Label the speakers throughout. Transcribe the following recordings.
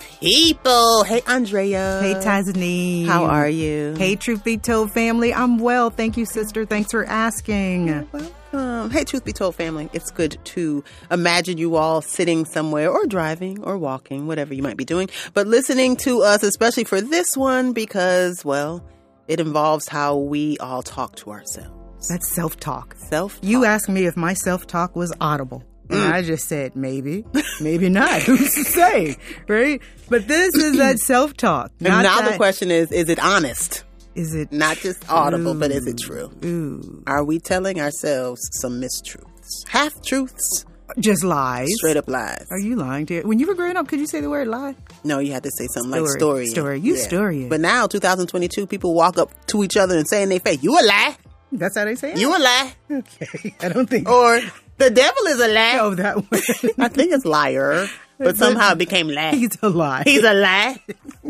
Speaker 1: people. Hey, Andrea.
Speaker 2: Hey, Tanzanine.
Speaker 1: How are you?
Speaker 2: Hey, truth be told, family. I'm well. Thank you, sister. Thanks for asking.
Speaker 1: Welcome. Hey, truth be told, family. It's good to imagine you all sitting somewhere or driving or walking, whatever you might be doing, but listening to us, especially for this one, because, well, it involves how we all talk to ourselves.
Speaker 2: That's self talk.
Speaker 1: Self.
Speaker 2: You asked me if my self talk was audible.
Speaker 1: Mm.
Speaker 2: And I just said, maybe, maybe not. Who's to say? Right? But this is that self talk.
Speaker 1: And now the question is: Is it honest?
Speaker 2: Is it
Speaker 1: Not just audible, but is it true?
Speaker 2: ooh,
Speaker 1: Are we telling ourselves some mistruths, half truths,
Speaker 2: just lies?
Speaker 1: straight up lies?
Speaker 2: Are you lying, dear? When you were growing up, could you say the word lie?
Speaker 1: No, you had to say something like
Speaker 2: Story.
Speaker 1: story.
Speaker 2: Story. You story it.
Speaker 1: But now, 2022, people walk up to each other and say in their face, "You a lie,
Speaker 2: That's how they say it.
Speaker 1: you Oh. a lie,"
Speaker 2: okay? I don't think.
Speaker 1: or "The devil is a lie."
Speaker 2: Oh, that one.
Speaker 1: I think it's liar, but somehow it became lie.
Speaker 2: He's a lie.
Speaker 1: He's a lie.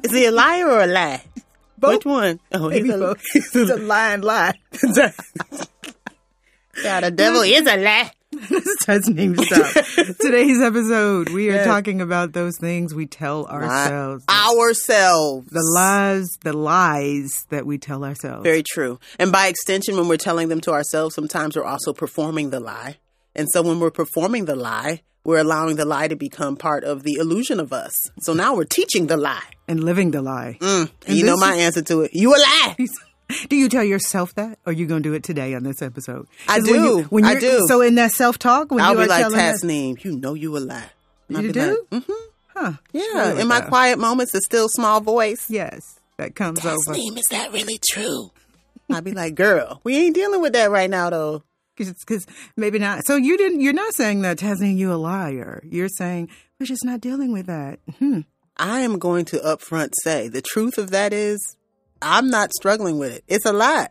Speaker 1: Is he a liar or a lie?
Speaker 2: Both.
Speaker 1: Which one? Oh,
Speaker 2: Maybe
Speaker 1: he's a,
Speaker 2: both. He's a lying lie.
Speaker 1: yeah, the devil is a lie.
Speaker 2: That's name stuff. Today's episode, we are talking about those things we tell ourselves.
Speaker 1: Ourselves.
Speaker 2: the lies, the lies that we tell ourselves.
Speaker 1: Very true. And by extension, when we're telling them to ourselves, sometimes we're also performing the lie. And so when we're performing the lie, we're allowing the lie to become part of the illusion of us. So now we're teaching the lie.
Speaker 2: and living the lie.
Speaker 1: Mm. You know
Speaker 2: this
Speaker 1: my answer to it. You a lie.
Speaker 2: Do you tell yourself that, or are you going to do it today on this episode?
Speaker 1: I
Speaker 2: 'Cause When
Speaker 1: do.
Speaker 2: you, when
Speaker 1: I
Speaker 2: you're-
Speaker 1: do.
Speaker 2: So in that self talk, when
Speaker 1: I'll
Speaker 2: you
Speaker 1: be
Speaker 2: are
Speaker 1: like
Speaker 2: telling us,
Speaker 1: Tasneem, you know you a lie. And I'll
Speaker 2: you
Speaker 1: be like,
Speaker 2: do,
Speaker 1: mm,
Speaker 2: huh?
Speaker 1: yeah.
Speaker 2: Really
Speaker 1: In my
Speaker 2: though.
Speaker 1: quiet moments, the still small voice.
Speaker 2: yes, that comes over.
Speaker 1: Tasneem, is that really true? I'll be like, girl, we ain't dealing with that right now though.
Speaker 2: because maybe not. So you didn't. You're not saying that, Tasneem. You a liar. You're saying we're just not dealing with that. Hmm.
Speaker 1: I am going to upfront say the truth of that is I'm not struggling with it. It's a lie.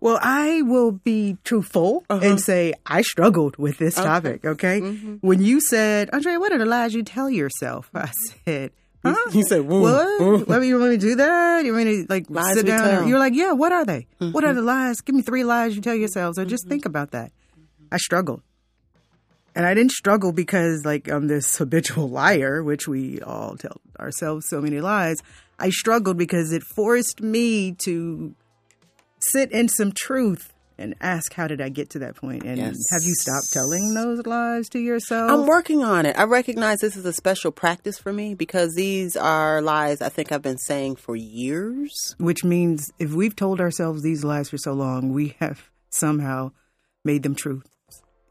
Speaker 2: Well, I will be truthful
Speaker 1: Uh-huh.
Speaker 2: and say I struggled with this topic. Okay,
Speaker 1: Mm-hmm.
Speaker 2: when you said, Andrea, what are the lies you tell yourself? I said. Huh?
Speaker 1: you said, "Woo, woo."
Speaker 2: what? what? You want me to do that? You want me to like
Speaker 1: Lies
Speaker 2: sit
Speaker 1: we
Speaker 2: down?
Speaker 1: tell. Mm-hmm.
Speaker 2: You're like, yeah. What are they? What are the lies? Give me three lies you tell yourselves, or just think about that. I struggled, and I didn't struggle because like I'm this habitual liar, which we all tell ourselves so many lies. I struggled because it forced me to sit in some truth and ask how did I get to that point? And
Speaker 1: Yes.
Speaker 2: have you stopped telling those lies to yourself?
Speaker 1: I'm working on it. I recognize this is a special practice for me because these are lies I think I've been saying for years.
Speaker 2: Which means if we've told ourselves these lies for so long, we have somehow made them truth.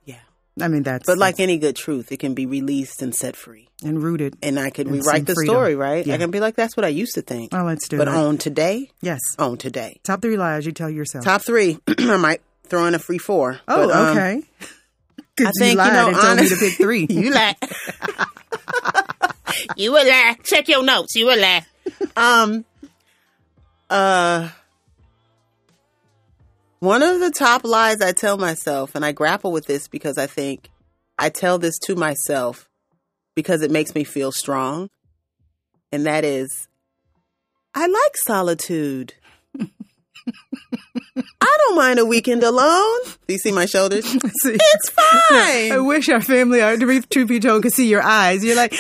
Speaker 1: Yeah.
Speaker 2: I mean that's
Speaker 1: But like any good truth, it can be released and set free.
Speaker 2: and rooted.
Speaker 1: And I could
Speaker 2: And
Speaker 1: rewrite
Speaker 2: some
Speaker 1: the
Speaker 2: freedom.
Speaker 1: story, right?
Speaker 2: Yeah.
Speaker 1: I can be like, that's what I used to think.
Speaker 2: Oh, let's do
Speaker 1: but um,
Speaker 2: it.
Speaker 1: on today,
Speaker 2: yes.
Speaker 1: on today.
Speaker 2: Top three lies you tell yourself.
Speaker 1: Top three. I might throw in a free four.
Speaker 2: oh,
Speaker 1: But, um,
Speaker 2: okay. 'Cause
Speaker 1: I think, you
Speaker 2: lied
Speaker 1: know,
Speaker 2: and told me to
Speaker 1: honest-
Speaker 2: pick three.
Speaker 1: You lie. you a lie. Check your notes. You a lie. Um. Uh. One of the top lies I tell myself, and I grapple with this because I think I tell this to myself because it makes me feel strong, and that is, I like solitude. I don't mind a weekend alone. Do you see my shoulders?
Speaker 2: See,
Speaker 1: It's fine.
Speaker 2: I wish our family, our to be truth be told, could see your eyes. You're like,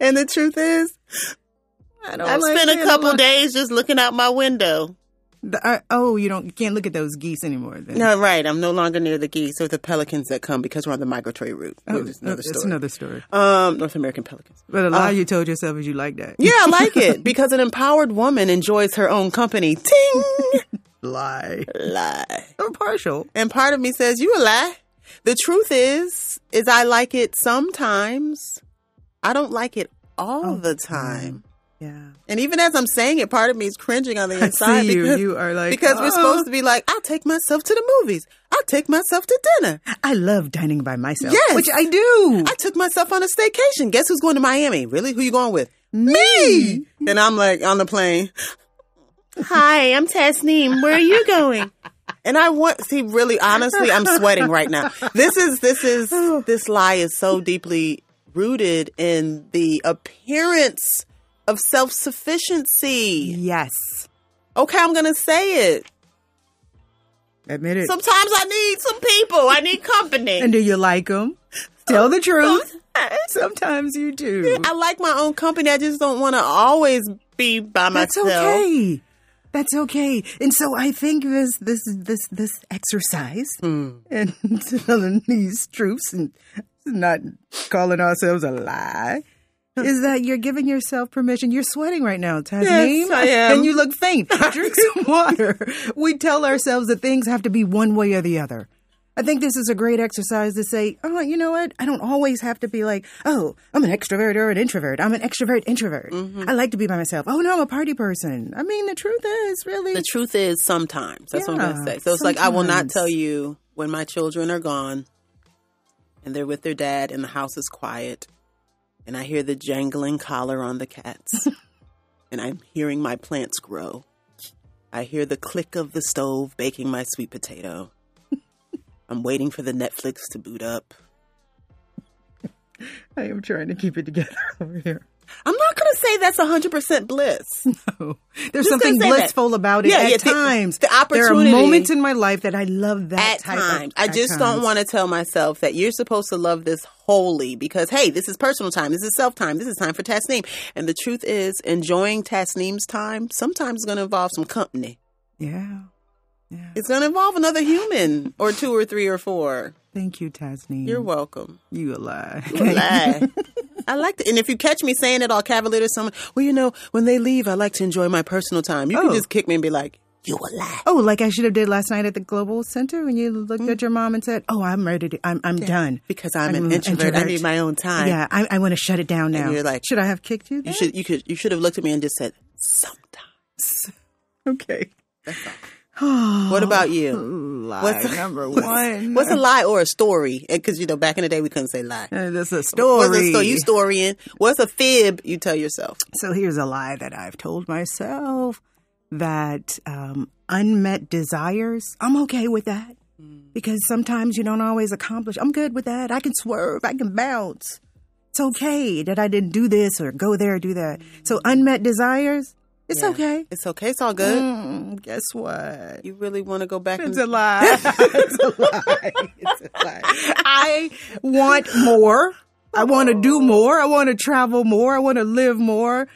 Speaker 1: and the truth is,
Speaker 2: I don't
Speaker 1: I've
Speaker 2: like
Speaker 1: spent Oh, a
Speaker 2: being
Speaker 1: couple
Speaker 2: alone.
Speaker 1: days just looking out my window.
Speaker 2: The, uh, oh, you don't you can't look at those geese anymore. Then.
Speaker 1: No, right. I'm no longer near the geese or the pelicans that come because we're on the migratory route.
Speaker 2: Oh,
Speaker 1: Which is another
Speaker 2: it's
Speaker 1: story.
Speaker 2: another story.
Speaker 1: um, North American pelicans.
Speaker 2: But a lie you told yourself is you like that.
Speaker 1: Yeah, I like it because an empowered woman enjoys her own company. Ting
Speaker 2: Lie.
Speaker 1: lie.
Speaker 2: Or partial.
Speaker 1: And part of me says, "You a lie." The truth is, is I like it sometimes. I don't like it all
Speaker 2: Oh,
Speaker 1: the time.
Speaker 2: Yeah.
Speaker 1: And even as I'm saying it, part of me is cringing on the
Speaker 2: I
Speaker 1: inside
Speaker 2: see you.
Speaker 1: because,
Speaker 2: You are like
Speaker 1: because
Speaker 2: "Oh,
Speaker 1: we're supposed to be like, I'll take myself to the movies. I'll take myself to dinner.
Speaker 2: I love dining by myself.
Speaker 1: Yes.
Speaker 2: which I do.
Speaker 1: I took myself on a staycation. Guess who's going to Miami? Really? Who you going with? Me. And I'm like on the plane. Hi, I'm Tasneem. Where are you going? And I want see really honestly, I'm sweating right now. This is this is this lie is so deeply rooted in the appearance of self sufficiency.
Speaker 2: yes,
Speaker 1: Okay, I'm gonna say it.
Speaker 2: admit it.
Speaker 1: Sometimes I need some people. I need company.
Speaker 2: and do you like them? Tell the truth. Sometimes you do.
Speaker 1: I like my own company. I just don't want to always be by
Speaker 2: That's
Speaker 1: myself.
Speaker 2: okay. That's okay. And so I think this this this this exercise
Speaker 1: Hmm.
Speaker 2: and telling these truths and not calling ourselves a lie is that you're giving yourself permission. You're sweating right now, Tasneem.
Speaker 1: Yes, I am.
Speaker 2: And you look faint. Drink some water. We tell ourselves that things have to be one way or the other. I think this is a great exercise to say, oh, you know what? I don't always have to be like, oh, I'm an extrovert or an introvert. I'm an extrovert introvert.
Speaker 1: Mm-hmm.
Speaker 2: I like to be by myself. Oh, no, I'm a party person. I mean, the truth is, really.
Speaker 1: The truth is sometimes. That's what I'm going to
Speaker 2: Yeah,
Speaker 1: say. So it's like I will not
Speaker 2: sometimes.
Speaker 1: tell you when my children are gone and they're with their dad and the house is quiet and I hear the jangling collar on the cats and I'm hearing my plants grow. I hear the click of the stove baking my sweet potato. I'm waiting for the Netflix to boot up.
Speaker 2: I am trying to keep it together over here.
Speaker 1: I'm not going to say that's 100% bliss.
Speaker 2: No. There's
Speaker 1: Just
Speaker 2: something
Speaker 1: gonna say that.
Speaker 2: blissful about it
Speaker 1: Yeah,
Speaker 2: at
Speaker 1: yeah, the-
Speaker 2: times.
Speaker 1: the
Speaker 2: There
Speaker 1: opportunity-
Speaker 2: are moments in my life that I love that
Speaker 1: at
Speaker 2: type
Speaker 1: times.
Speaker 2: Of,
Speaker 1: I
Speaker 2: at
Speaker 1: just don't
Speaker 2: times.
Speaker 1: want to tell myself that you're supposed to love this wholly because hey, this is personal time. This is self time. This is time for Tasneem. And the truth is, enjoying Tasneem's time sometimes is going to involve some company.
Speaker 2: Yeah. Yeah.
Speaker 1: It's going to involve another human or two or three or four.
Speaker 2: Thank you, Tasneem.
Speaker 1: You're welcome.
Speaker 2: You a lie.
Speaker 1: Lie. I like to, and if you catch me saying it all cavalier to someone, well, you know, when they leave, I like to enjoy my personal time. You
Speaker 2: Oh.
Speaker 1: can just kick me and be like, "You a lie."
Speaker 2: Oh, like I should have did last night at the Global Center when you looked
Speaker 1: Mm.
Speaker 2: at your mom and said, "Oh, I'm ready. To, I'm I'm done."
Speaker 1: Because I'm,
Speaker 2: I'm
Speaker 1: an
Speaker 2: an
Speaker 1: introvert. I
Speaker 2: introvert.
Speaker 1: need my own time.
Speaker 2: Yeah, I, I want to shut it down now.
Speaker 1: you're like-
Speaker 2: should I have kicked you?
Speaker 1: You
Speaker 2: then?"
Speaker 1: should you could you should have looked at me and just said sometimes.
Speaker 2: Okay.
Speaker 1: What about you?
Speaker 2: Lie
Speaker 1: What's
Speaker 2: number
Speaker 1: what's-
Speaker 2: one.
Speaker 1: What's a lie or a story? Because you know, back in the day, we couldn't say lie.
Speaker 2: Uh, That's a
Speaker 1: What's a
Speaker 2: story.
Speaker 1: story? You storying. What's a fib you tell yourself?
Speaker 2: so here's a lie that I've told myself that um, unmet desires, I'm okay with that
Speaker 1: Mm.
Speaker 2: because sometimes you don't always accomplish. I'm good with that. I can swerve, I can bounce. It's okay that I didn't do this or go there or do that. So unmet desires, it's
Speaker 1: Yeah.
Speaker 2: okay.
Speaker 1: It's okay. It's all good.
Speaker 2: Mm, guess what?
Speaker 1: You really want to go back
Speaker 2: It's a
Speaker 1: and
Speaker 2: lie. it's a lie. It's a lie. I want more. I want to do more. I want to travel more. I want to live more.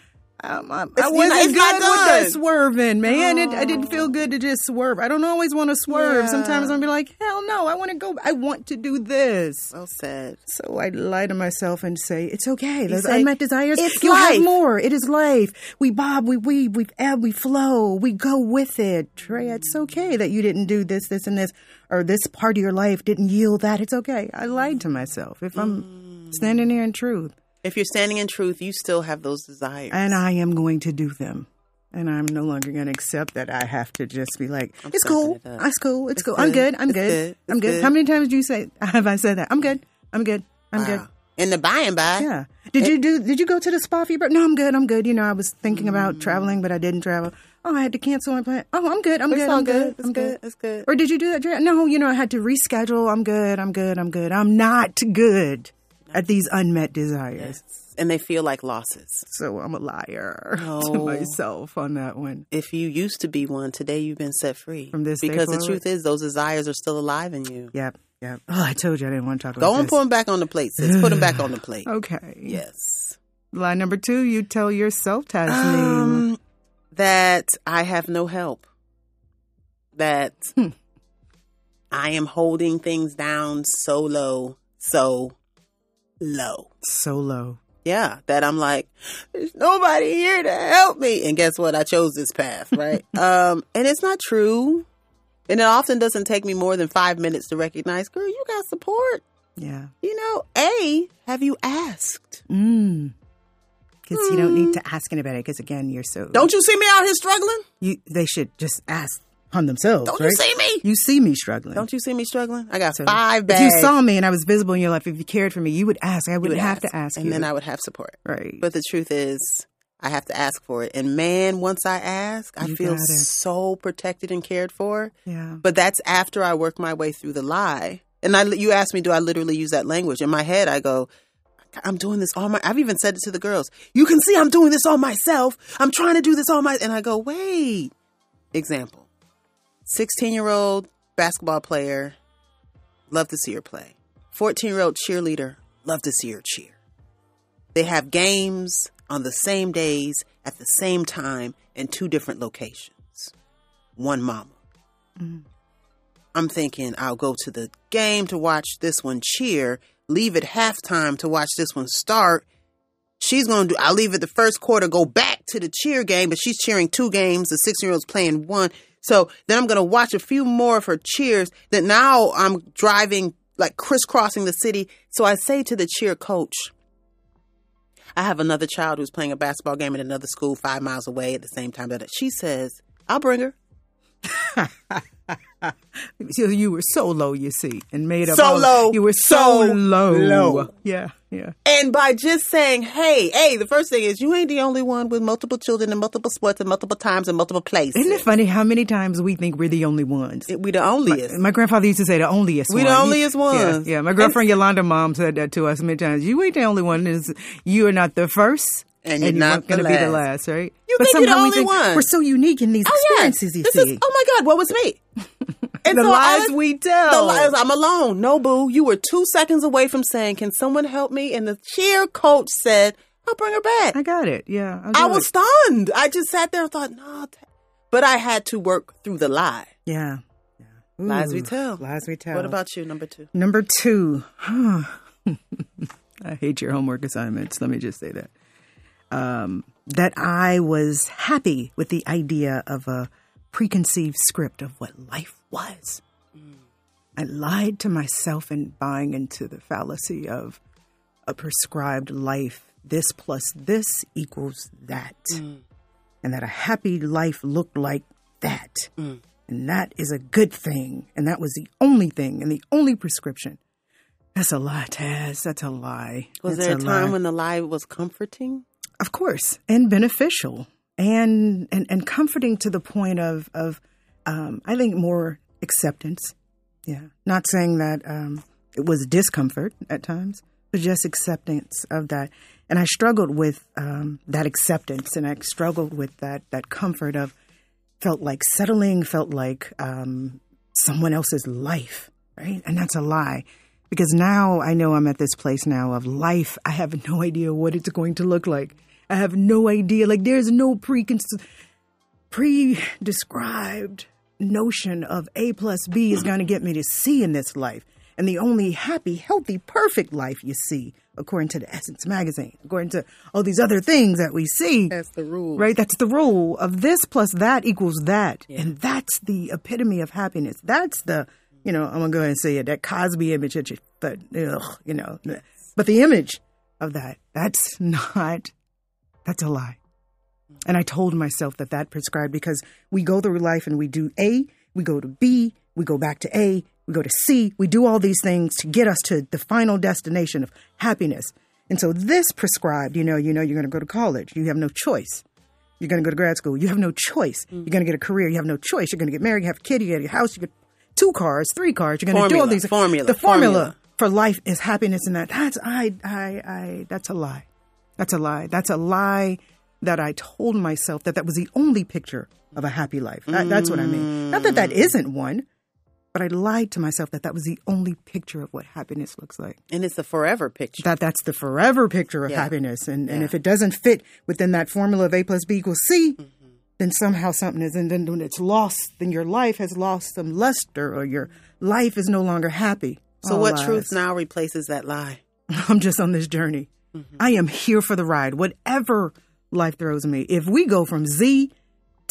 Speaker 2: Um, I, I
Speaker 1: not-
Speaker 2: wasn't
Speaker 1: it's
Speaker 2: good Oh.
Speaker 1: not
Speaker 2: with that
Speaker 1: done.
Speaker 2: swerving, man. It, I didn't feel good to just swerve. I don't always want to swerve.
Speaker 1: Yeah.
Speaker 2: Sometimes I'm be like, hell no, I want to go. I want to do this.
Speaker 1: well said.
Speaker 2: So I lie to myself and say, it's okay. Those
Speaker 1: say,
Speaker 2: unmet desires,
Speaker 1: "It's
Speaker 2: you
Speaker 1: life."
Speaker 2: have more. It is life. We bob, we weave, we ebb, we flow, we go with it. Trey, it's okay that you didn't do this, this, and this, or this part of your life didn't yield that. It's okay. I lied to myself. If
Speaker 1: Mm.
Speaker 2: I'm standing here in truth,
Speaker 1: If you're standing in truth, you still have those desires.
Speaker 2: and I am going to do them. And I'm no longer going to accept that I have to just be like,
Speaker 1: sucking
Speaker 2: it's cool.
Speaker 1: it up.
Speaker 2: It's cool. It's, cool. I'm
Speaker 1: good.
Speaker 2: good. I'm
Speaker 1: It's
Speaker 2: good.
Speaker 1: good.
Speaker 2: I'm
Speaker 1: It's
Speaker 2: good.
Speaker 1: good.
Speaker 2: How many times do you say, have I said that? I'm good. I'm good. I'm good.
Speaker 1: Wow. In the by and by.
Speaker 2: Yeah. Did you do? Did you go to the spa for your birthday? No, I'm good. I'm good. You know, I was thinking
Speaker 1: Mm.
Speaker 2: about traveling, but I didn't travel. Oh, I had to cancel my plan. Oh, I'm good. I'm
Speaker 1: It's
Speaker 2: good.
Speaker 1: all
Speaker 2: I'm
Speaker 1: good.
Speaker 2: good.
Speaker 1: It's
Speaker 2: I'm
Speaker 1: good.
Speaker 2: good.
Speaker 1: It's good.
Speaker 2: Or did you do that? Drea? No, you know, I had to reschedule. I'm good. I'm good. I'm good. I'm not good at these unmet desires.
Speaker 1: And they feel like losses.
Speaker 2: So I'm a liar to
Speaker 1: No.
Speaker 2: myself on that one.
Speaker 1: If you used to be one, today you've been set free.
Speaker 2: From this day
Speaker 1: because the
Speaker 2: forward.
Speaker 1: truth is, those desires are still alive in you.
Speaker 2: Yep. Yep. Oh, I told you I didn't want to talk about
Speaker 1: Go and
Speaker 2: this.
Speaker 1: put them back on the plate, sis. Put them back on the plate.
Speaker 2: Okay.
Speaker 1: Yes.
Speaker 2: Lie number two. You tell yourself, Tasneem.
Speaker 1: Um, that I have no help. That I am holding things down so low, so low.
Speaker 2: solo.
Speaker 1: Yeah, that I'm like, there's nobody here to help me. And guess what? I chose this path, right? um, and it's not true. And it often doesn't take me more than five minutes to recognize, girl, you got support.
Speaker 2: Yeah.
Speaker 1: You know, A, have you asked?
Speaker 2: Mm. Because you don't need to ask anybody. Because again, you're so
Speaker 1: Mm. Don't you see me out here struggling?
Speaker 2: you. They should just ask on themselves.
Speaker 1: Don't
Speaker 2: right?
Speaker 1: you see me?
Speaker 2: You see me struggling.
Speaker 1: Don't you see me struggling? I got
Speaker 2: So
Speaker 1: five
Speaker 2: If
Speaker 1: bags.
Speaker 2: you saw me and I was visible in your life, if you cared for me, you would ask. I
Speaker 1: You
Speaker 2: wouldn't have to ask
Speaker 1: and
Speaker 2: you.
Speaker 1: then I would have support.
Speaker 2: right.
Speaker 1: But the truth is, I have to ask for it. And man, once I ask, I
Speaker 2: You
Speaker 1: feel
Speaker 2: got it.
Speaker 1: so protected and cared for.
Speaker 2: yeah.
Speaker 1: But that's after I work my way through the lie. And I, you asked me, do I literally use that language? In my head, I go, I'm doing this all my. I've even said it to the girls. You can see I'm doing this all myself. I'm trying to do this all my. And I go, wait. Example: sixteen-year-old basketball player, love to see her play. Fourteen-year-old cheerleader, Love to see her cheer. They have games on the same days at the same time in two different locations. One mama. I'm thinking I'll go to the game to watch this one cheer, leave at halftime to watch this one start. She's going to do, I'll leave at the first quarter, go back to the cheer game, but she's cheering two games. The six year old's playing one. So then I'm going to watch a few more of her cheers. Then now I'm driving, like crisscrossing the city. So I say to the cheer coach, I have another child who's playing a basketball game at another school five miles away at the same time. That She says, I'll bring her.
Speaker 2: So you were so low, you see, and made up.
Speaker 1: So
Speaker 2: all-
Speaker 1: low,
Speaker 2: You were so,
Speaker 1: so
Speaker 2: low.
Speaker 1: low.
Speaker 2: Yeah, yeah.
Speaker 1: And by just saying, hey, hey, the first thing is you ain't the only one with multiple children and multiple sports and multiple times and multiple places.
Speaker 2: Isn't it funny how many times we think we're the only ones?
Speaker 1: we the onlyest.
Speaker 2: My grandfather used to say the onlyest
Speaker 1: We
Speaker 2: one.
Speaker 1: the
Speaker 2: He-
Speaker 1: onlyest ones.
Speaker 2: Yeah, yeah. my girlfriend Yolanda mom said that to us many times. You ain't the only one. Is You are not the first.
Speaker 1: And you're not the
Speaker 2: going to be the
Speaker 1: last.
Speaker 2: last, right?
Speaker 1: You
Speaker 2: but
Speaker 1: think you're the
Speaker 2: somehow we
Speaker 1: only
Speaker 2: think
Speaker 1: one.
Speaker 2: We're so unique in these
Speaker 1: Oh, yeah.
Speaker 2: experiences,
Speaker 1: This
Speaker 2: you
Speaker 1: is,
Speaker 2: see.
Speaker 1: oh my God, what was me? And
Speaker 2: the
Speaker 1: so I-
Speaker 2: lies we
Speaker 1: The
Speaker 2: tell.
Speaker 1: lies, I'm alone. No, boo. You were two seconds away from saying, can someone help me? And the cheer coach said, I'll bring her back.
Speaker 2: I got it. Yeah. I'll do
Speaker 1: I
Speaker 2: it.
Speaker 1: was stunned. I just sat there and thought, no. t-" But I had to work through the lie.
Speaker 2: Yeah. yeah.
Speaker 1: Lies we
Speaker 2: Ooh,
Speaker 1: tell.
Speaker 2: Lies we tell.
Speaker 1: What about you, number two?
Speaker 2: Number two, huh. I hate your homework assignments. Let me just say that. Um, that I was happy with the idea of a preconceived script of what life was. I lied to myself in buying into the fallacy of a prescribed life. This plus this equals that. And that a happy life looked like that. And that is a good thing. And that was the only thing and the only prescription. That's a lie, Taz. That's a lie.
Speaker 1: Was
Speaker 2: That's
Speaker 1: there a time
Speaker 2: lie.
Speaker 1: when the lie was comforting?
Speaker 2: Of course, and beneficial and and, and comforting to the point of of um, I think more acceptance. Yeah, not saying that um, it was discomfort at times, but just acceptance of that. And I struggled with um, that acceptance, and I struggled with that that comfort of felt like settling, felt like um, someone else's life, right? And that's a lie. Because now I know I'm at this place now of life. I have no idea what it's going to look like. I have no idea. Like, there's no precon- pre-described notion of A plus B is going to get me to C in this life. And the only happy, healthy, perfect life you see, according to the Essence magazine, according to all these other things that we see,
Speaker 1: That's the rule.
Speaker 2: Right? That's the rule of this plus that equals that. And that's the epitome of happiness. That's the, you know, I'm going to go ahead and say it, that Cosby image that you, that, ugh, you know, but the image of that, that's not, that's a lie. And I told myself that that prescribed because we go through life and we do A, we go to B, we go back to A, we go to C, we do all these things to get us to the final destination of happiness. And so this prescribed, you know, you know you're going to go to college, you have no choice. You're going to go to grad school. You have no choice.
Speaker 1: Mm.
Speaker 2: You're going to get a career. You have no choice. You're going to get married. You have a kid. You get a house. You get two cars, three cars. You're going to do all
Speaker 1: Formula,
Speaker 2: these.
Speaker 1: formula,
Speaker 2: The formula,
Speaker 1: formula.
Speaker 2: for life is happiness, and that that's I I I that's a lie. That's a lie. That's a lie that I told myself that that was the only picture of a happy life. That, That's what I mean. Not that that
Speaker 1: Mm.
Speaker 2: isn't one, but I lied to myself that that was the only picture of what happiness looks like
Speaker 1: And it's a forever picture.
Speaker 2: that that's the forever picture of
Speaker 1: Yeah.
Speaker 2: happiness. And and if it doesn't fit within that formula of A plus B equals C,
Speaker 1: Mm-hmm.
Speaker 2: then somehow something is and then when it's lost, then your life has lost some luster or your life is no longer happy.
Speaker 1: so
Speaker 2: All
Speaker 1: what
Speaker 2: lies.
Speaker 1: truth now replaces that lie?
Speaker 2: I'm just on this journey. I am here for the ride, whatever life throws me. If we go from Z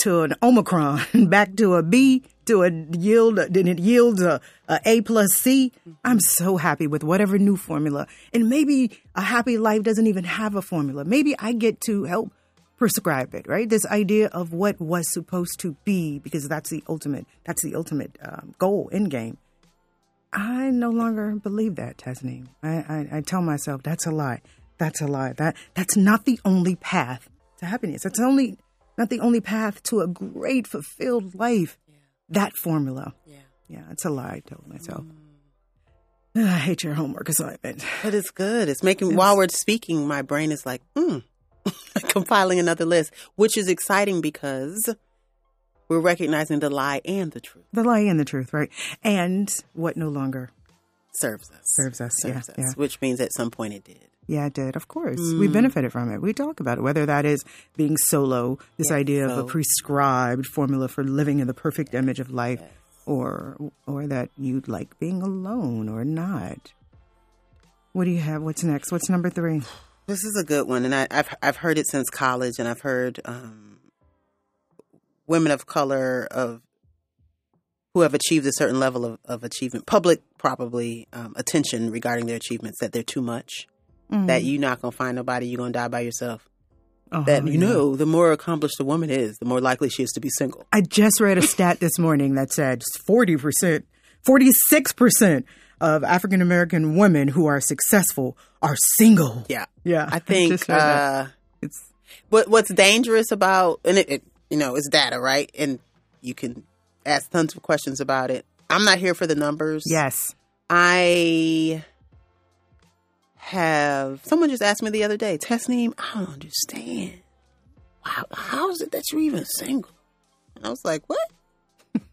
Speaker 2: to an Omicron, back to a B to a yield, then it yields a, a A plus C. I'm so happy with whatever new formula. And maybe a happy life doesn't even have a formula. Maybe I get to help prescribe it, right? This idea of what was supposed to be, because that's the ultimate, that's the ultimate um, goal in game. I no longer believe that, Tasneem. I, I, I tell myself that's a lie. That's a lie. That that's not the only path to happiness. That's only not the only path to a great, fulfilled life. That formula.
Speaker 1: Yeah.
Speaker 2: Yeah, it's a lie. I told myself. Ugh, I hate your homework assignment.
Speaker 1: But it's good. It's making while we're speaking, my brain is like, hmm, compiling another list, which is exciting because we're recognizing the lie and the truth.
Speaker 2: The lie and the truth, right? And what no longer
Speaker 1: Serves us.
Speaker 2: Serves us, yeah,
Speaker 1: Serves us.
Speaker 2: yeah.
Speaker 1: Which means at some point it did.
Speaker 2: Yeah, it did. Of course.
Speaker 1: Mm.
Speaker 2: We benefited from it. We talk about it, whether that is being solo, this idea of a
Speaker 1: so-
Speaker 2: prescribed formula for living in the perfect image of life, or or that you like being alone or not. What do you have? What's next? What's number three?
Speaker 1: This is a good one, and I, I've I've heard it since college, and I've heard um, women of color of who have achieved a certain level of, of achievement, public probably um, attention regarding their achievements that they're too much, that you're not gonna find nobody, you're gonna die by yourself.
Speaker 2: Oh,
Speaker 1: That you
Speaker 2: yeah.
Speaker 1: know, the more accomplished a woman is, the more likely she is to be single.
Speaker 2: I just read a stat this morning that said 40%, 46% of African American women who are successful are single.
Speaker 1: Yeah,
Speaker 2: Yeah.
Speaker 1: I think.
Speaker 2: just read that.
Speaker 1: Uh,
Speaker 2: it's
Speaker 1: what what's dangerous about and it, it you know it's data right and you can ask tons of questions about it i'm not here for the numbers
Speaker 2: yes.
Speaker 1: i have someone just asked me the other day Tasneem, i don't understand wow how is it that you're even single and i was like what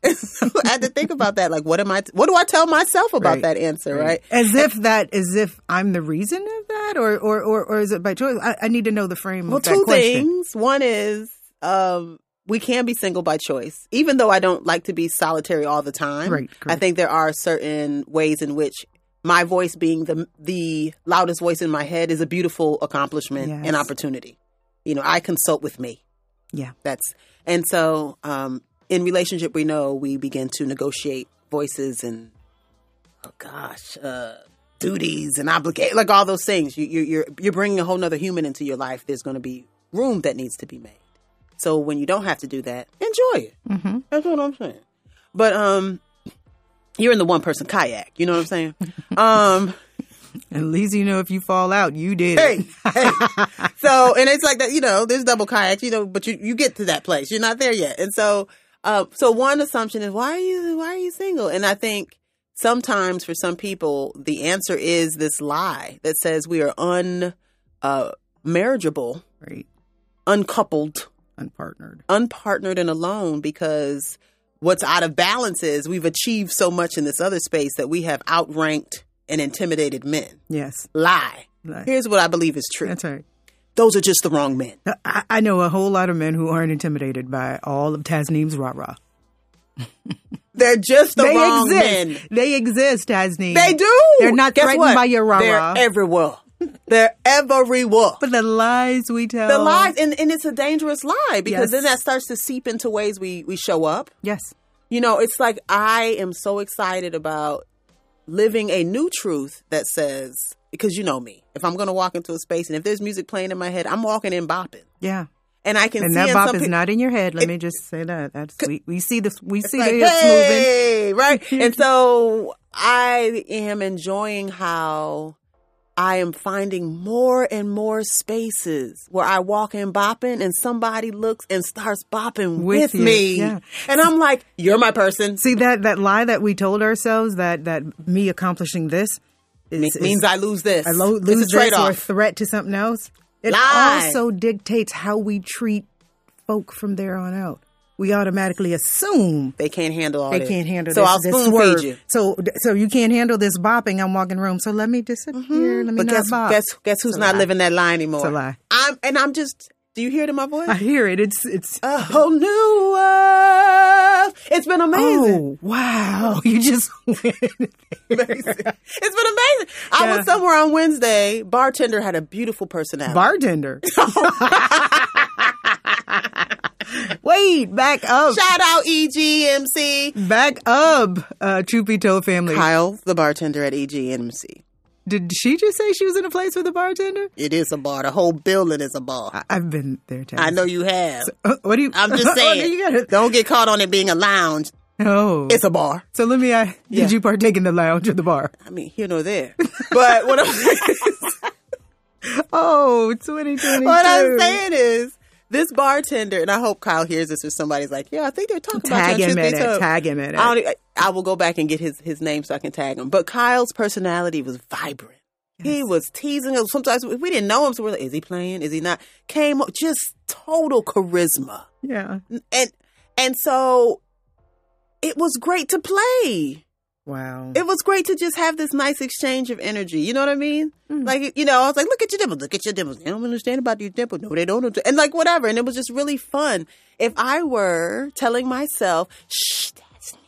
Speaker 1: so i had to think about that like what am i what do i tell myself about
Speaker 2: Right,
Speaker 1: that answer right
Speaker 2: As if that, as if I'm the reason of that, or or or, or is it by choice? I, I need to know the frame
Speaker 1: Well,
Speaker 2: of that
Speaker 1: two
Speaker 2: question.
Speaker 1: things. One is um, we can be single by choice, even though I don't like to be solitary all the time.
Speaker 2: Right,
Speaker 1: I
Speaker 2: correct.
Speaker 1: think there are certain ways in which my voice being the the loudest voice in my head is a beautiful accomplishment
Speaker 2: Yes.
Speaker 1: and opportunity. You know, I consult with me.
Speaker 2: Yeah.
Speaker 1: That's and so um, in relationship, we know we begin to negotiate voices and oh gosh, uh, duties and obligate like all those things. You, you, you're you're bringing a whole nother human into your life. There's going to be room that needs to be made. So when you don't have to do that, enjoy it.
Speaker 2: Mm-hmm.
Speaker 1: That's what I'm saying. But um, you're in the one person kayak. You know what I'm saying? um,
Speaker 2: At least you know if you fall out, you did. it.
Speaker 1: hey, hey. so and it's like that. You know, there's double kayaks. You know, but you you get to that place. You're not there yet. And so, uh, so one assumption is why are you why are you single? And I think sometimes for some people the answer is this lie that says we are un uh, marriageable,
Speaker 2: Right,
Speaker 1: uncoupled,
Speaker 2: unpartnered.
Speaker 1: unpartnered, and alone because. What's out of balance is we've achieved so much in this other space that we have outranked and intimidated men.
Speaker 2: Yes,
Speaker 1: Lie.
Speaker 2: Lie.
Speaker 1: Here's what I believe is true
Speaker 2: that's right.
Speaker 1: those are just the wrong men.
Speaker 2: I, I know a whole lot of men who aren't intimidated by all of Tasneem's rah rah.
Speaker 1: They're just the
Speaker 2: they
Speaker 1: wrong
Speaker 2: exist.
Speaker 1: men.
Speaker 2: They exist, Tasneem.
Speaker 1: They do.
Speaker 2: They're not
Speaker 1: Guess
Speaker 2: threatened
Speaker 1: what?
Speaker 2: by your rah rah.
Speaker 1: They're everywhere. They're everywhere.
Speaker 2: but the lies we tell.
Speaker 1: The lies, and, and it's a dangerous lie because
Speaker 2: Yes.
Speaker 1: then that starts to seep into ways we, we show up.
Speaker 2: Yes.
Speaker 1: You know, it's like I am so excited about living a new truth that says, because you know me, if I'm going to walk into a space and if there's music playing in my head, I'm walking in bopping.
Speaker 2: Yeah.
Speaker 1: And I can
Speaker 2: And
Speaker 1: see
Speaker 2: that
Speaker 1: in
Speaker 2: bop
Speaker 1: some
Speaker 2: is
Speaker 1: pe-
Speaker 2: not in your head. Let me just say that. That's we, we see this. We see
Speaker 1: like,
Speaker 2: the hips moving.
Speaker 1: hey, right? and so I am enjoying how I am finding more and more spaces where I walk in bopping and somebody looks and starts bopping with,
Speaker 2: With you,
Speaker 1: me.
Speaker 2: yeah.
Speaker 1: And I'm like, you're my person.
Speaker 2: See that that lie that we told ourselves that that me accomplishing this is,
Speaker 1: It means I lose this.
Speaker 2: I lo- lose
Speaker 1: it's a trade
Speaker 2: this or a
Speaker 1: off.
Speaker 2: threat to something else. It
Speaker 1: Lie.
Speaker 2: also dictates how we treat folk from there on out. We automatically assume
Speaker 1: They can't handle all
Speaker 2: they
Speaker 1: this.
Speaker 2: can't handle
Speaker 1: so
Speaker 2: this.
Speaker 1: I'll
Speaker 2: this
Speaker 1: spoon
Speaker 2: swerve.
Speaker 1: feed you.
Speaker 2: So so you can't handle this bopping. I'm walking room. So let me disappear. Let me
Speaker 1: Mm-hmm. But
Speaker 2: not
Speaker 1: guess,
Speaker 2: bop.
Speaker 1: guess guess who's not living that lie anymore?
Speaker 2: It's a lie.
Speaker 1: I'm and I'm just. Do you hear it in my voice?
Speaker 2: I hear it. It's it's.
Speaker 1: a whole new world. It's been amazing.
Speaker 2: Oh wow! You just
Speaker 1: It's been amazing. I was somewhere on Wednesday. Bartender had a beautiful personality.
Speaker 2: bartender. Wait, back up,
Speaker 1: Shout out E EGMC.
Speaker 2: back up, uh, Troopy Toe family.
Speaker 1: Kyle, the bartender at E EGMC.
Speaker 2: Did she just say she was in a place with a bartender?
Speaker 1: It is a bar. The whole building is a bar. I,
Speaker 2: I- I've been there. Tess.
Speaker 1: know you have.
Speaker 2: Uh, what do you?
Speaker 1: I'm just
Speaker 2: Oh,
Speaker 1: saying.
Speaker 2: you gotta-
Speaker 1: Don't get caught on it being a lounge.
Speaker 2: Oh,
Speaker 1: It's a bar.
Speaker 2: so let me. I,
Speaker 1: Yeah.
Speaker 2: Did you partake in the lounge or the bar?
Speaker 1: I mean, here nor there. But what I'm saying is,
Speaker 2: Oh, 2022.
Speaker 1: what I'm saying is this bartender, and I hope Kyle hears this or somebody's like, yeah, I think they're talking
Speaker 2: Tag
Speaker 1: about you. on
Speaker 2: him
Speaker 1: Truth
Speaker 2: in
Speaker 1: Be
Speaker 2: it.
Speaker 1: Told."
Speaker 2: Tag him in it.
Speaker 1: I, don't, I- I will go back and get his, his name so I can tag him. But Kyle's personality was vibrant. He was teasing us. Sometimes we didn't know him, so we're like, is he playing? Is he not? Came up, just total charisma.
Speaker 2: Yeah.
Speaker 1: And and so it was great to play.
Speaker 2: Wow.
Speaker 1: It was great to just have this nice exchange of energy. You know what I mean?
Speaker 2: Mm.
Speaker 1: Like, you know, I was like, look at your dimples, look at your dimples. They don't understand about your dimples. No, they don't. understand." And like, whatever. And it was just really fun. If I were telling myself, shh, that's me,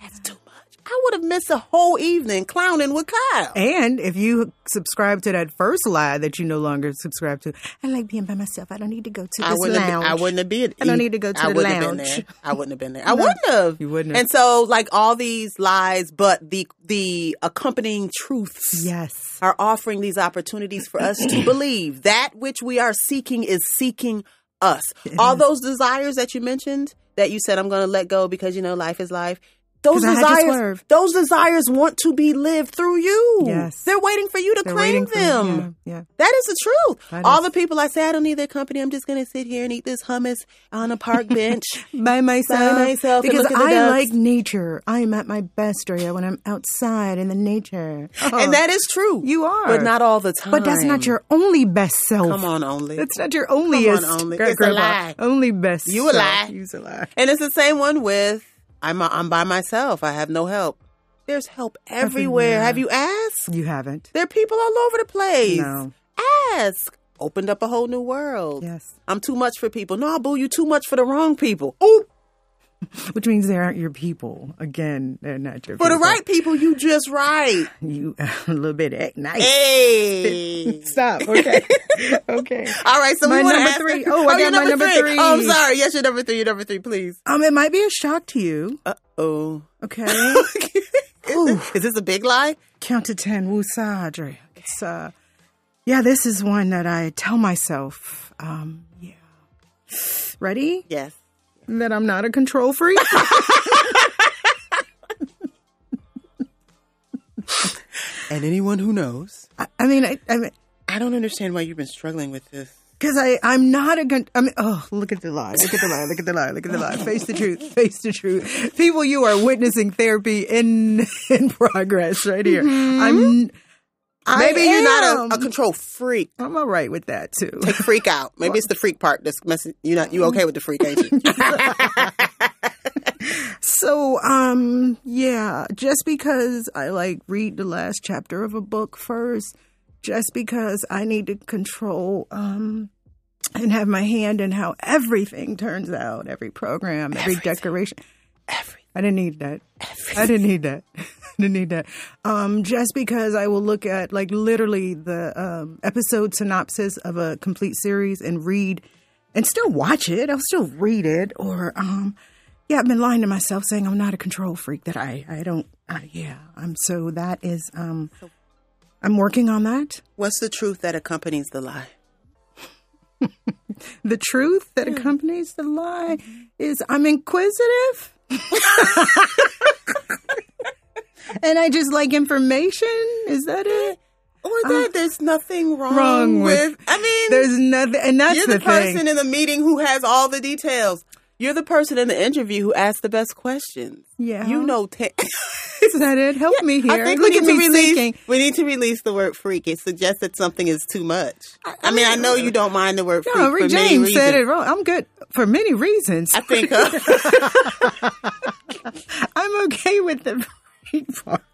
Speaker 1: that's too much, I would have missed a whole evening clowning with Kyle.
Speaker 2: And if you subscribe to that first lie that you no longer subscribe to, I like being by myself. I don't need to go to this
Speaker 1: I wouldn't. Have
Speaker 2: lounge.
Speaker 1: been, I wouldn't have been. e-
Speaker 2: I don't need to go to
Speaker 1: I
Speaker 2: the
Speaker 1: wouldn't Have
Speaker 2: lounge.
Speaker 1: been there. I wouldn't have been there. I wouldn't have.
Speaker 2: you wouldn't have.
Speaker 1: And so, like all these lies, but the the accompanying truths
Speaker 2: Yes.
Speaker 1: are offering these opportunities for us to believe that which we are seeking is seeking us. All
Speaker 2: Mm-hmm.
Speaker 1: those desires that you mentioned, that you said I'm going to let go because you know life is life. Those
Speaker 2: 'Cause I had to
Speaker 1: desires,
Speaker 2: swerve.
Speaker 1: those desires want to be lived through you.
Speaker 2: Yes.
Speaker 1: They're waiting for you to
Speaker 2: They're
Speaker 1: claim
Speaker 2: waiting
Speaker 1: them.
Speaker 2: for them. Yeah. yeah.
Speaker 1: That is the truth.
Speaker 2: That
Speaker 1: All
Speaker 2: is-
Speaker 1: the people I say I don't need their company. I'm just going to sit here and eat this hummus on a park bench.
Speaker 2: by myself.
Speaker 1: myself and
Speaker 2: because
Speaker 1: look at the
Speaker 2: I
Speaker 1: ducks.
Speaker 2: like nature. I am at my best, Daria, when I'm outside in the nature.
Speaker 1: And that is true.
Speaker 2: You are.
Speaker 1: But not all the time.
Speaker 2: but that's not your only best self.
Speaker 1: Come on, only.
Speaker 2: That's not your onlyest.
Speaker 1: only.
Speaker 2: Gra-
Speaker 1: It's a
Speaker 2: grandpa.
Speaker 1: lie.
Speaker 2: Only best.
Speaker 1: You a
Speaker 2: self.
Speaker 1: lie.
Speaker 2: You's a lie.
Speaker 1: And it's the same one with I'm I'm by myself. I have no help. There's help everywhere.
Speaker 2: Everywhere.
Speaker 1: Have you asked?
Speaker 2: You haven't.
Speaker 1: There are people all over the place.
Speaker 2: No.
Speaker 1: Ask. Opened up a whole new world.
Speaker 2: Yes.
Speaker 1: I'm too much for people. No, boo, you too much for the wrong people. Ooh,
Speaker 2: Which means they aren't your people. Again, they're not your
Speaker 1: for the
Speaker 2: people.
Speaker 1: right people, you just right.
Speaker 2: You a little bit act nice.
Speaker 1: Eh. Hey.
Speaker 2: Stop. Okay. okay.
Speaker 1: All right, so
Speaker 2: My
Speaker 1: we want to
Speaker 2: number
Speaker 1: ask
Speaker 2: three. Oh, I got
Speaker 1: your
Speaker 2: my number three.
Speaker 1: Oh, I'm sorry. Yes, your number three. Your number three, please.
Speaker 2: Um, it might be a shock to you.
Speaker 1: Uh oh.
Speaker 2: Okay.
Speaker 1: Is this a big lie?
Speaker 2: Count to ten, wusa, Dre. It's uh, yeah, this is one that I tell myself. Um, yeah, ready?
Speaker 1: Yes.
Speaker 2: That I'm not a control freak.
Speaker 1: And anyone who knows,
Speaker 2: I, I mean, I, I mean,
Speaker 1: I don't understand why you've been struggling with this.
Speaker 2: because I, I'm not a gun. I mean, oh, look at the lie. Look at the lie. Look at the lie. Look at the lie. Face the truth. Face the truth. People, you are witnessing therapy in in progress right here. I'm. I
Speaker 1: Maybe you're not a, a
Speaker 2: am.
Speaker 1: control freak.
Speaker 2: I'm all right with that too.
Speaker 1: Take freak out. Maybe it's the freak part that's messing you. Not you okay with the freak, ain't you?
Speaker 2: So, um, yeah, just because I like read the last chapter of a book first, just because I need to control, um, and have my hand in how everything turns out, every program, every decoration. Every. I didn't need that. I didn't need that. I didn't need that. Um, just because I will look at like literally the um, episode synopsis of a complete series and read and still watch it. I'll still read it. Or um, yeah, I've been lying to myself saying I'm not a control freak. That I I don't. Uh, yeah, I'm. So that is um, I'm working on that.
Speaker 1: What's the truth that accompanies the lie?
Speaker 2: The
Speaker 1: Hmm.
Speaker 2: truth that accompanies the lie
Speaker 1: Mm-hmm.
Speaker 2: is I'm inquisitive. And I just like information. Is that it?
Speaker 1: Or that there's nothing Uh, wrong,
Speaker 2: Wrong with-
Speaker 1: I mean,
Speaker 2: There's nothing, and that's
Speaker 1: you're
Speaker 2: the,
Speaker 1: the, person
Speaker 2: thing.
Speaker 1: in the meeting who has all the details. You're the person in the interview who asks the best questions.
Speaker 2: Yeah.
Speaker 1: you know. Te-
Speaker 2: Is that it? Help me here.
Speaker 1: I think
Speaker 2: Look
Speaker 1: we
Speaker 2: at
Speaker 1: need to
Speaker 2: me
Speaker 1: release.
Speaker 2: thinking.
Speaker 1: We need to release the word "freak." It suggests that something is too much. I, mean, I know you don't mind the word "freak"
Speaker 2: No,
Speaker 1: for
Speaker 2: "Oh, Rick
Speaker 1: many
Speaker 2: James said
Speaker 1: reasons.
Speaker 2: it wrong. I'm good for many reasons.
Speaker 1: I think uh,
Speaker 2: I'm okay with the freak part.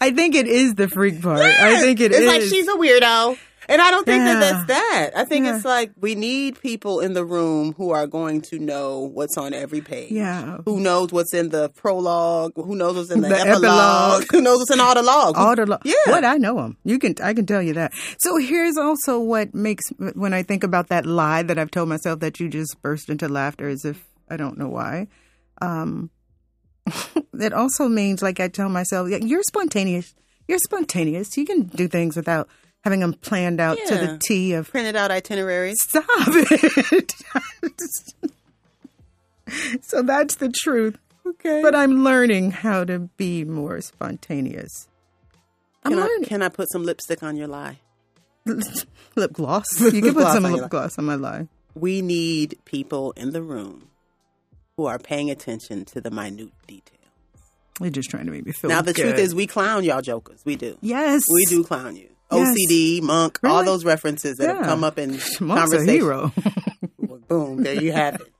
Speaker 2: I think it is the freak part. I think it
Speaker 1: it's
Speaker 2: is.
Speaker 1: like she's a weirdo. And I don't think
Speaker 2: Yeah.
Speaker 1: that that's that. I think
Speaker 2: Yeah.
Speaker 1: it's like we need people in the room who are going to know what's on every page.
Speaker 2: Yeah.
Speaker 1: Who knows what's in the prologue? Who knows what's in the,
Speaker 2: The
Speaker 1: epilogue?
Speaker 2: epilogue.
Speaker 1: Who knows what's in all the logs?
Speaker 2: all the lo-
Speaker 1: Yeah.
Speaker 2: What I know them. You can I can tell you that. So here's also what makes when I think about that lie that I've told myself that you just burst into laughter as if I don't know why. Um, it also means like I tell myself yeah, you're spontaneous. You're spontaneous. You can do things without having them planned out to
Speaker 1: Yeah.
Speaker 2: the T of
Speaker 1: Printed out itineraries.
Speaker 2: Stop it. so that's the truth.
Speaker 1: Okay.
Speaker 2: But I'm learning how to be more spontaneous. I'm
Speaker 1: can, I,
Speaker 2: learning.
Speaker 1: can I put some lipstick on your lie?
Speaker 2: lip gloss. You can put
Speaker 1: gloss
Speaker 2: some
Speaker 1: on your
Speaker 2: lip
Speaker 1: lip.
Speaker 2: gloss on my lie.
Speaker 1: We need people in the room who are paying attention to the minute detail.
Speaker 2: You're just trying to make me feel
Speaker 1: Now, the truth
Speaker 2: good.
Speaker 1: is, we clown y'all jokers. We do.
Speaker 2: yes,
Speaker 1: We do clown you.
Speaker 2: Yes.
Speaker 1: OCD, monk, all
Speaker 2: Really?
Speaker 1: those references that have
Speaker 2: Yeah.
Speaker 1: come up in
Speaker 2: Monk's a
Speaker 1: conversation.
Speaker 2: hero.
Speaker 1: Well, boom, there you have it.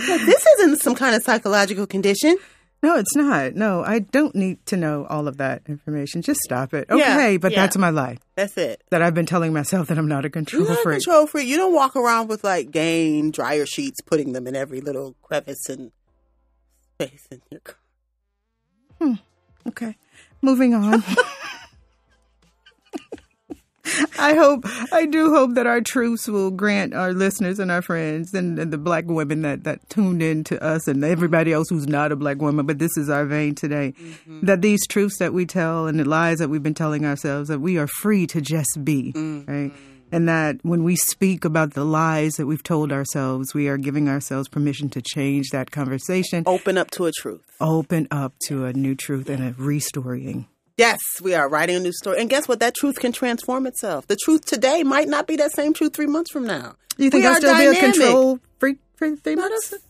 Speaker 1: Like, this isn't some kind of psychological condition.
Speaker 2: No, it's not. No, I don't need to know all of that information. Just stop it.
Speaker 1: Yeah,
Speaker 2: Okay, but
Speaker 1: yeah.
Speaker 2: that's my life
Speaker 1: That's it.
Speaker 2: that I've been telling myself that I'm not a control
Speaker 1: You're not
Speaker 2: freak.
Speaker 1: control freak. You don't walk around with like Gain dryer sheets, putting them in every little crevice and space in your car.
Speaker 2: Okay, moving on. I hope, I do hope that our truths will grant our listeners and our friends and, and the black women that, that tuned in to us and everybody else who's not a black woman, but this is our vein today, that these truths that we tell and the lies that we've been telling ourselves, that we are free to just be, right? And that when we speak about the lies that we've told ourselves, we are giving ourselves permission to change that conversation,
Speaker 1: Open up to a truth.
Speaker 2: open up to a new truth and a restorying.
Speaker 1: Yes, we are writing a new story. And guess what? That truth can transform itself. The truth today might not be that same truth three months from now.
Speaker 2: You think
Speaker 1: We
Speaker 2: I'll
Speaker 1: are
Speaker 2: still be a
Speaker 1: dynamic.
Speaker 2: control freak for three
Speaker 1: Let
Speaker 2: months?
Speaker 1: us-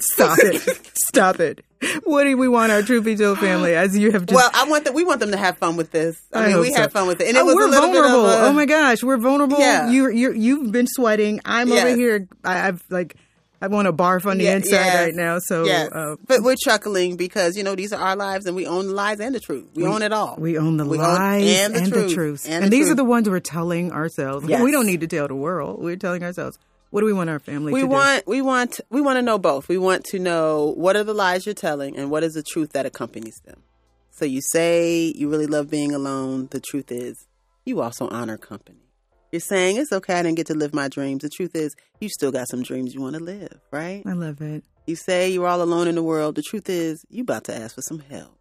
Speaker 2: Stop it. Stop it. What do we want our Troopy Joe family, as you have just
Speaker 1: well, I want that. We want them to have fun with this. I, mean,
Speaker 2: hope
Speaker 1: we
Speaker 2: so.
Speaker 1: had fun with it, and it
Speaker 2: Oh,
Speaker 1: was
Speaker 2: we're
Speaker 1: a little
Speaker 2: vulnerable.
Speaker 1: bit of a,
Speaker 2: oh my gosh, we're vulnerable.
Speaker 1: Yeah.
Speaker 2: You you you've been sweating. I'm over
Speaker 1: Yes.
Speaker 2: here. I, I've like I want a barf on the
Speaker 1: Yeah,
Speaker 2: inside
Speaker 1: yes.
Speaker 2: right now. So
Speaker 1: Yes.
Speaker 2: uh,
Speaker 1: but we're chuckling because you know these are our lives, and we own the lies and the truth. We, own it all.
Speaker 2: we own the
Speaker 1: We own-
Speaker 2: lies
Speaker 1: and the truth,
Speaker 2: truths,
Speaker 1: and
Speaker 2: and,
Speaker 1: the
Speaker 2: these
Speaker 1: truth.
Speaker 2: are the ones we're telling ourselves.
Speaker 1: Yes.
Speaker 2: We don't need to tell the world. We're telling ourselves. What do we want our family?
Speaker 1: We
Speaker 2: to do?
Speaker 1: want, we want, we want to know both. We want to know what are the lies you're telling, and what is the truth that accompanies them. So you say you really love being alone. The truth is, you also honor company. You're saying it's okay. I didn't get to live my dreams. The truth is, you still got some dreams you want to live, right?
Speaker 2: I love it.
Speaker 1: You say you're all alone in the world. The truth is, you about to ask for some help.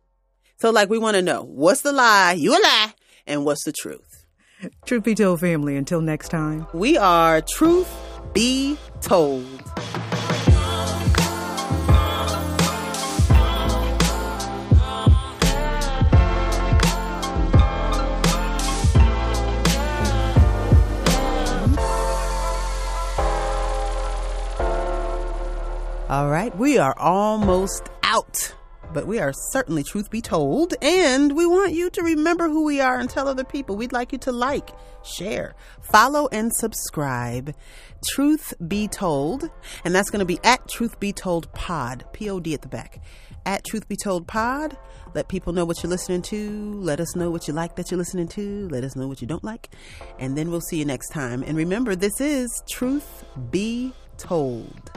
Speaker 1: So, like, we want to know what's the lie? You a lie, and what's the truth?
Speaker 2: Truth be told, family. Until next time.
Speaker 1: We are truth be told. All right, we are almost out, but we are certainly, truth be told, and we want you to remember who we are and tell other people. We'd like you to like, share, follow, and subscribe. Truth be told, and that's going to be at Truth Be Told Pod, P O D at the back. At Truth Be Told Pod, let people know what you're listening to. Let us know what you like that you're listening to. Let us know what you don't like. And then we'll see you next time. And remember, this is Truth Be Told.